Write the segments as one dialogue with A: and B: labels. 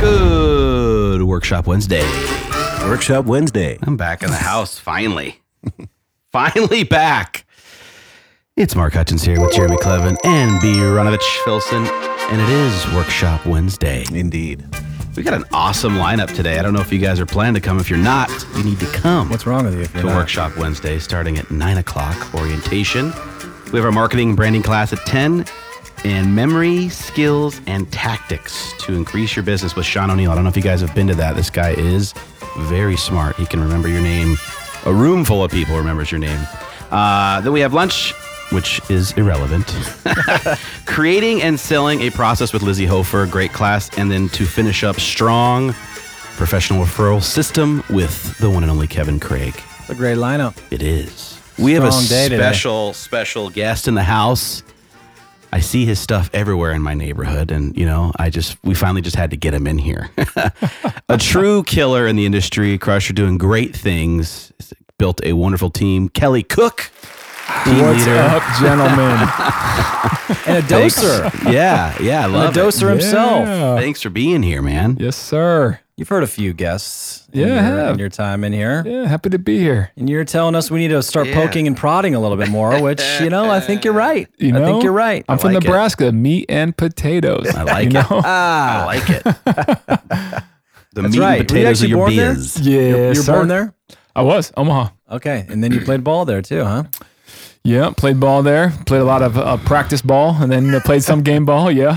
A: Good Workshop Wednesday.
B: Workshop Wednesday.
A: I'm back in the house finally. finally back. It's Mark Hutchins here with Jeremy Clevin and B. Runovich Filson, and it is Workshop Wednesday.
B: Indeed.
A: We got an awesome lineup today. I don't know if you guys are planning to come. If you're not, you need to come.
C: What's wrong with you? If you're
A: to
C: not?
A: Workshop Wednesday starting at 9 o'clock orientation. We have our marketing and branding class at 10 and memory, skills, and tactics to increase your business with Sean O'Neill. I don't know if you guys have been to that. This guy is very smart. He can remember your name. A room full of people remembers your name. Uh, then we have lunch, which is irrelevant. Creating and selling a process with Lizzie Hofer, great class. And then to finish up strong, professional referral system with the one and only Kevin Craig.
C: It's a great lineup.
A: It is. We have a
C: Strong day today.
A: special, special guest in the house. I see his stuff everywhere in my neighborhood, and you know, I just we finally just had to get him in here. a true killer in the industry, Crusher doing great things. Built a wonderful team. Kelly Cook, team
C: What's
A: leader.
C: up, gentlemen? and a doser.
A: Yeah, yeah, I
C: And a
A: love it.
C: doser himself.
D: Yeah.
A: Thanks for being here, man.
D: Yes, sir.
C: You've heard a few guests in,
D: Yeah, I
C: your,
D: have.
C: in your time in here.
D: Yeah, happy to be here.
C: And you're telling us we need to start
A: Yeah.
C: poking and prodding a little bit more, which, you know, I think you're right.
D: You
C: I
D: know,
C: think you're right.
D: I'm from
A: like it.
D: Nebraska. Meat and potatoes.
A: I like
D: you
A: it.
D: know?
C: Uh,
A: Ah. I like it. the meat
C: right. Were you
A: and potatoes
C: actually
A: of your
C: born there?
A: beers.
D: Yeah,
C: You're, you're
D: sir.
C: born there?
D: I was Omaha.
C: Okay. And then you played ball there too, huh?
D: Yeah, played ball there. Played a lot of uh, practice ball, and then uh, played some game ball. Yeah,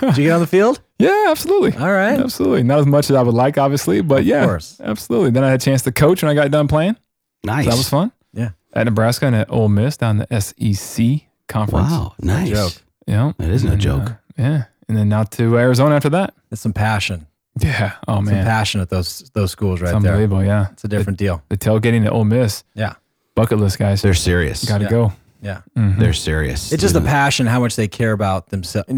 C: Did you get on the field?
D: yeah, absolutely.
C: All right.
D: absolutely. Not as much as I would like, obviously, but yeah,
C: course.
D: absolutely. Then I had a chance to coach when I got done playing.
A: Nice.
D: So That was fun.
C: Yeah.
D: at Nebraska and at Ole Miss down the SEC conference.
A: Wow, nice.
C: joke.
D: yeah,
A: That is no
D: And,
A: joke.
D: uh, yeah, and then out to Arizona after that.
C: It's some passion.
D: Yeah. Oh
C: Some
D: man,
C: passion at those those schools
D: it's
C: right there.
D: unbelievable. Yeah.
C: It's a different deal.
D: the tailgating at Ole Miss.
C: Yeah.
D: Bucket list, guys.
A: They're serious.
D: Got to
C: Yeah.
D: go.
C: Yeah.
D: Mhm.
A: They're serious.
C: It's just
A: You
C: the
A: know?
C: passion, how much they care about themselves.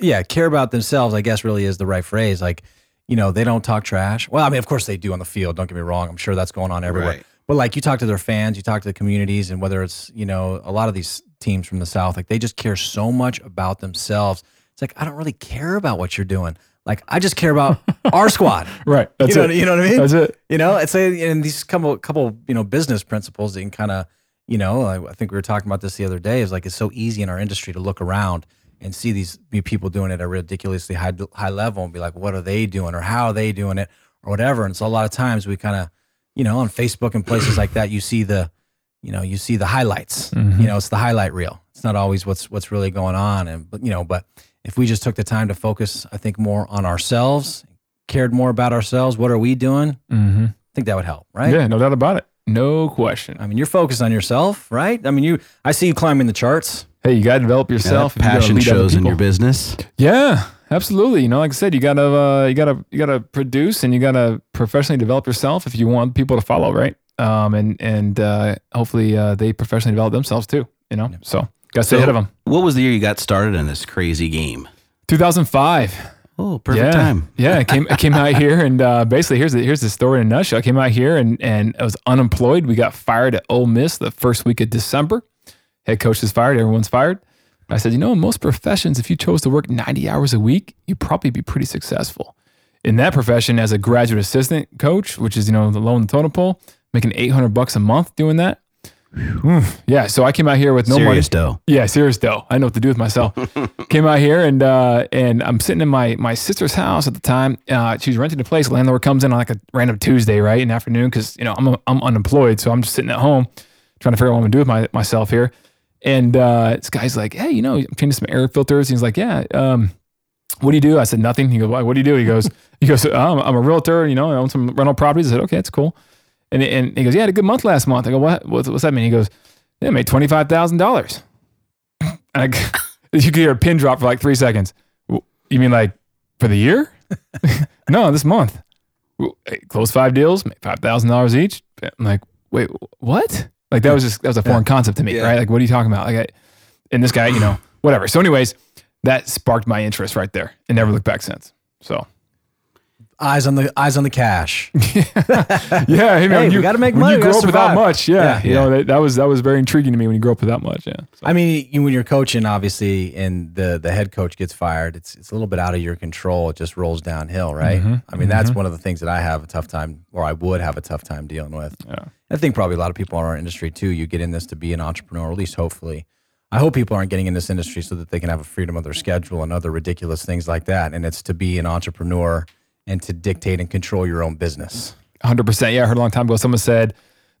C: Yeah, care about themselves, I guess, really is the right phrase. Like, you know, they don't talk trash. Well, I mean, of course they do on the field. Don't get me wrong. I'm sure that's going on everywhere.
A: Right.
C: But like, you talk to their fans, you talk to the communities, and whether it's, you know, a lot of these teams from the South, like they just care so much about themselves. It's like, I don't really care about what you're doing. Like, I just care about our squad.
D: Right. That's
C: you know,
D: it.
C: you know what I mean?
D: That's it.
C: You know, it's a, and these couple couple you know business principles that can kind of you know I, I think we were talking about this the other day is like it's so easy in our industry to look around and see these be- people doing it at a ridiculously high high level and be like what are they doing or how are they doing it or whatever and so a lot of times we kind of you know on Facebook and places like that you see the you know you see the highlights you know it's the highlight reel it's not always what's what's really going on and but you know but if we just took the time to focus I think more on ourselves cared more about ourselves what are we doing
D: Mm-hmm.
C: I think that would help, right?
D: Yeah, no doubt about it. No question.
C: I mean, you're focused on yourself, right? I mean, you. I see you climbing the charts.
D: Hey, you got to develop
A: Yeah, that
D: yourself. if you gotta
A: passion
D: lead other
A: shows in your
D: people.
A: business.
D: Yeah, absolutely. You know, like I said, you gotta, uh, you gotta, you gotta produce and you gotta professionally develop yourself if you want people to follow, right? Um, and and uh, hopefully uh, they professionally develop themselves too. You know, so got to stay ahead of them.
A: What was the year you got started in this crazy game?
D: 2005.
A: Oh, perfect
D: yeah.
A: time.
D: yeah, I came I came out here and uh, basically here's the here's the story in a nutshell. I came out here and and I was unemployed. We got fired at Ole Miss the first week of December. Head coach is fired. Everyone's fired. I said, you know, in most professions, if you chose to work 90 hours a week, you'd probably be pretty successful. In that profession, as a graduate assistant coach, which is you know the low in the totem pole, making 800 bucks a month doing that. yeah, so I came out here with no money.
A: Serious though.
D: Yeah, serious though. I know what to do with myself. Came out here and uh, and I'm sitting in my my sister's house at the time. Uh, she was renting a place. Landlord comes in on like a random Tuesday, right, in the afternoon, because you know I'm I'm unemployed, so I'm just sitting at home trying to figure out what I'm gonna do with my, myself here. And uh, this guy's like, hey, you know, I'm changing some air filters. He's like, yeah, um, what do you do? I said, nothing. He goes, why? What do you do? He goes, he goes, oh, I'm, I'm a realtor. You know, I own some rental properties. I said, okay, that's cool. And, and he goes, yeah, I had a good month last month. I go, what? What's, what's that mean? He goes, yeah, I made twenty five thousand dollars. And I, g- you could hear a pin drop for like three seconds. "W- You mean like for the year? no, this month. "W- I Closed five deals, made five thousand dollars each. I'm like, wait, wh- what? Like that was just that was a foreign concept to me, right? Like, what are you talking about? Like, I, and this guy, you know, whatever. So, anyways, that sparked my interest right there, and never looked back since. So
C: eyes on the eyes on the cash.
D: yeah, you know,
C: Hey, we
D: you
C: gotta make
D: when
C: money,
D: You
C: we
D: grow up
C: gotta
D: without
C: survive.
D: much, yeah.
C: Yeah,
D: you know that, that was that was very intriguing to me when you grow up without much. Yeah, So-
C: I mean, you, when you're coaching, obviously, and the the head coach gets fired, it's it's a little bit out of your control. It just rolls downhill, right? I mean, that's one of the things that I have a tough time, or I would have a tough time dealing with.
D: Yeah.
C: I think probably a lot of people in our industry too. You get in this to be an entrepreneur, or at least hopefully. I hope people aren't getting in this industry so that they can have a freedom of their schedule and other ridiculous things like that. And it's to be an entrepreneur and to dictate and control your own business.
D: Hundred percent. Yeah, I heard a long time ago. Someone said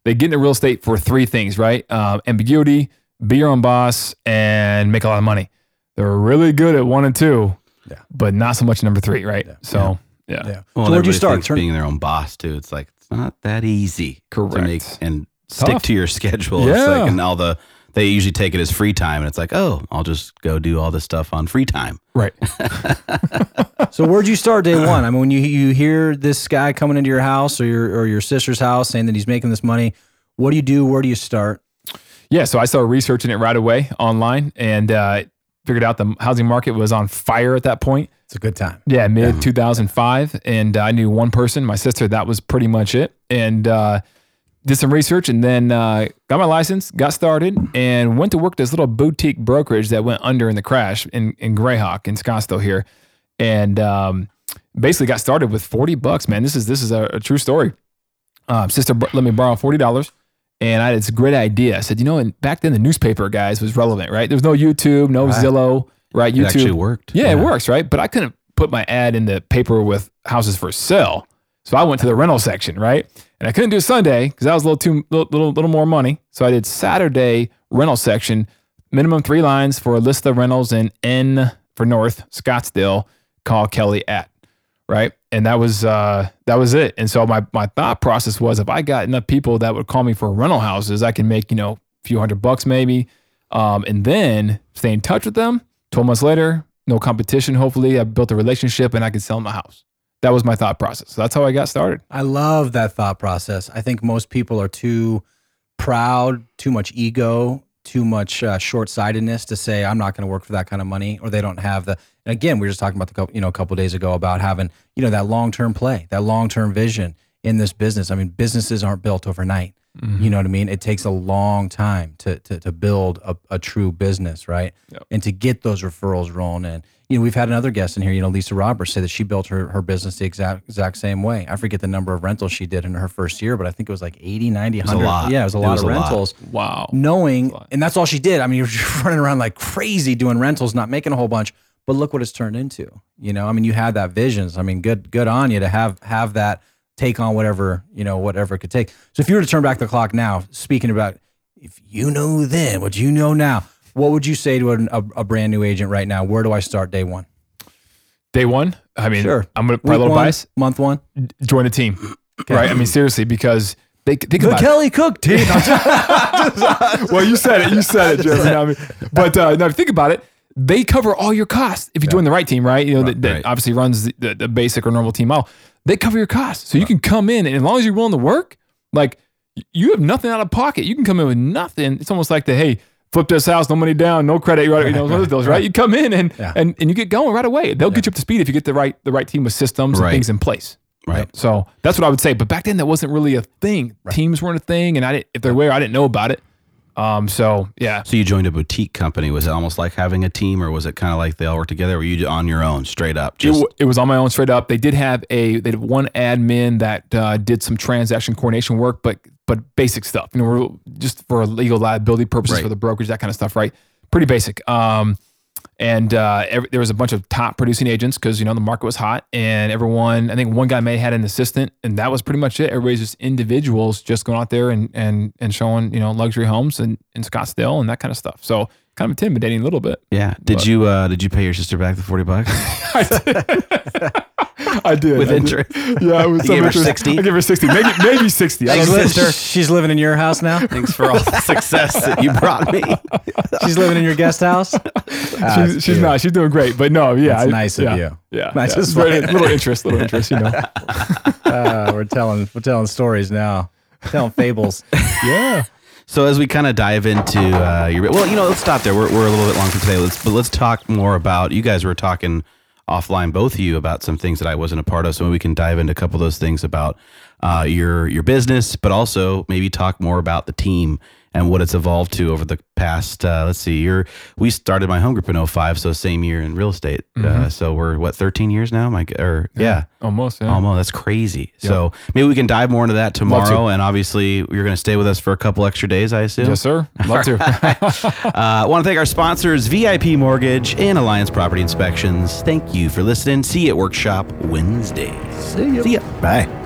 D: they get into real estate for three things, right? Um, ambiguity, be your own boss, and make a lot of money. They're really good at one and two,
C: Yeah.
D: but not so much number three, right? So yeah,
C: Yeah.
A: Well,
C: so where'd you
A: everybody
C: start?
A: thinks
C: Turn,
A: being their own boss too. It's like it's not that easy to
D: Correct.
A: make and stick
D: Tough.
A: to your schedule.
D: Yeah.
A: It's like and all the they usually take it as free time, and it's like, oh, I'll just go do all this stuff on free time.
D: right.
C: So where'd you start day one? I mean, when you you hear this guy coming into your house or your or your sister's house saying that he's making this money, what do you do? Where do you start?
D: Yeah, so I started researching it right away online and uh, figured out the housing market was on fire at that point.
C: It's a good time.
D: Yeah, mid 2005. And uh, I knew one person, my sister, that was pretty much it. And uh, did some research and then uh, got my license, got started, and went to work at this little boutique brokerage that went under in the crash in, in Greyhawk in Scottsdale here. And um, basically got started with 40 bucks, man. This is this is a, a true story. Uh, sister br- let me borrow $40. And I had this great idea. I said, you know, and back then the newspaper guys was relevant, right? There was no YouTube, no Zillow, right?
A: It
D: YouTube.
A: actually worked.
D: Yeah, it works, right? But I couldn't put my ad in the paper with houses for sale. So I went to the rental section, right? And I couldn't do Sunday because that was a little too little, little little more money. So I did Saturday rental section, minimum three lines for Lista Rentals in N for North Scottsdale. Call Kelly at right, and that was uh, that was it. And so my my thought process was if I got enough people that would call me for rental houses, I can make you know a few hundred bucks maybe, um, and then stay in touch with them. 12 months later, no competition. Hopefully, I built a relationship and I could sell them a house. That was my thought process. So that's how I got started.
C: I love that thought process. I think most people are too proud, too much ego, too much uh, short-sightedness to say I'm not going to work for that kind of money, or they don't have the. And again, we were just talking about the couple, you know a couple days ago about having you know that long-term play, that long-term vision in this business. I mean, businesses aren't built overnight. You know what I mean? It takes a long time to to, to build a, a true business, right? And to get those referrals rolling in. You know, we've had another guest in here, you know, Lisa Roberts say that she built her, her business the exact exact same way. I forget the number of rentals she did in her first year, but I think it was like 80, 90,
A: a
C: 100.
A: lot.
C: Yeah, it was a
A: It
C: lot
A: was
C: of
A: a lot.
C: rentals.
D: Wow.
C: Knowing, and that's all she did. I mean, you're running around like crazy doing rentals, not making a whole bunch. But look what it's turned into. You know, I mean, you had that visions. I mean, good good on you to have have that take on whatever you know whatever it could take. So if you were to turn back the clock now, speaking about if you know then what you know now, what would you say to an, a, a brand new agent right now? Where do I start day one?
D: Day one, I mean,
C: Sure.
D: I'm going to
C: Week
D: probably a little
C: one,
D: biased.
C: month one.
D: Join a team, right? I mean, seriously, because they think
C: The
D: about it.
C: Kelly Cook team.
D: well, you said it. You said it, Jeff. You know what I mean? But uh, now, if you think about it, they cover all your costs if you join the right team, right? You know, that, that
A: right.
D: obviously runs the, the, the basic or normal team model. They cover your costs, so you can come in and as long as you're willing to work, like y- you have nothing out of pocket. You can come in with nothing. It's almost like the hey, flip this house, no money down, no credit. Right? You know, one of those, right? You come in and and and you get going right away. They'll get you up to speed if you get the right the right team with systems
A: Right.
D: and things in place.
A: Right.
D: So that's what I would say. But back then, that wasn't really a thing. Teams weren't a thing, and I didn't. If they were, I didn't know about it. Um. So yeah,
A: So you joined a boutique company. Was it almost like having a team, or was it kind of like they all work together? Were you on your own, straight up?
D: it,
A: Just
D: wa- it was on my own straight up. They did have a they had one admin that uh, did some transaction coordination work, but but basic stuff. You know, we're just for legal liability purposes
A: Right.
D: for the brokerage, that kind of stuff, right? Pretty basic. Um. And uh, every, there was a bunch of top producing agents because you know the market was hot, and everyone. I think one guy may had an assistant, and that was pretty much it. Everybody's just individuals, just going out there and and and showing you know luxury homes in, in Scottsdale and that kind of stuff. So kind of intimidating a little bit.
A: yeah. Did you uh, did you pay your sister back the forty bucks
D: I did
A: with
D: I did.
A: interest?
D: Yeah, it was some
A: gave her
D: interest.
A: 60?
D: I give her sixty, maybe maybe sixty. I don't know.
C: She's living in your house now.
A: Thanks for all the success that you brought me.
C: She's living in your guest house. Ah,
D: She's, she's not. She's doing great, but no, yeah,
C: That's
D: I-
C: nice of
D: yeah,
C: you.
D: Yeah,
C: That's
D: yeah.
C: just
D: Very-
C: fine.
D: little interest, little interest, you know.
C: uh, we're telling we're telling stories now, telling fables.
D: Yeah,
A: So as we kind of dive into uh, your well, you know, let's stop there. We're, we're a little bit long for today. Let's but let's talk more about you guys were talking offline, both of you, about some things that I wasn't a part of. So we can dive into a couple of those things about uh, your your business, but also maybe talk more about the team and what it's evolved to over the past. Uh, let's see, year we started my home group in 05, so same year in real estate. Uh, so we're what 13 years now, my g- or yeah.
D: Almost. Yeah.
A: Almost. Oh, That's crazy. So maybe we can dive more into that
D: Love to.
A: tomorrow. And obviously, you're going to stay with us for a couple extra days, I assume.
D: Yes, sir. Love to.
A: Uh, I want to thank our sponsors, VIP Mortgage and Alliance Property Inspections. Thank you for listening. See you at Workshop Wednesdays. See ya.
B: Bye.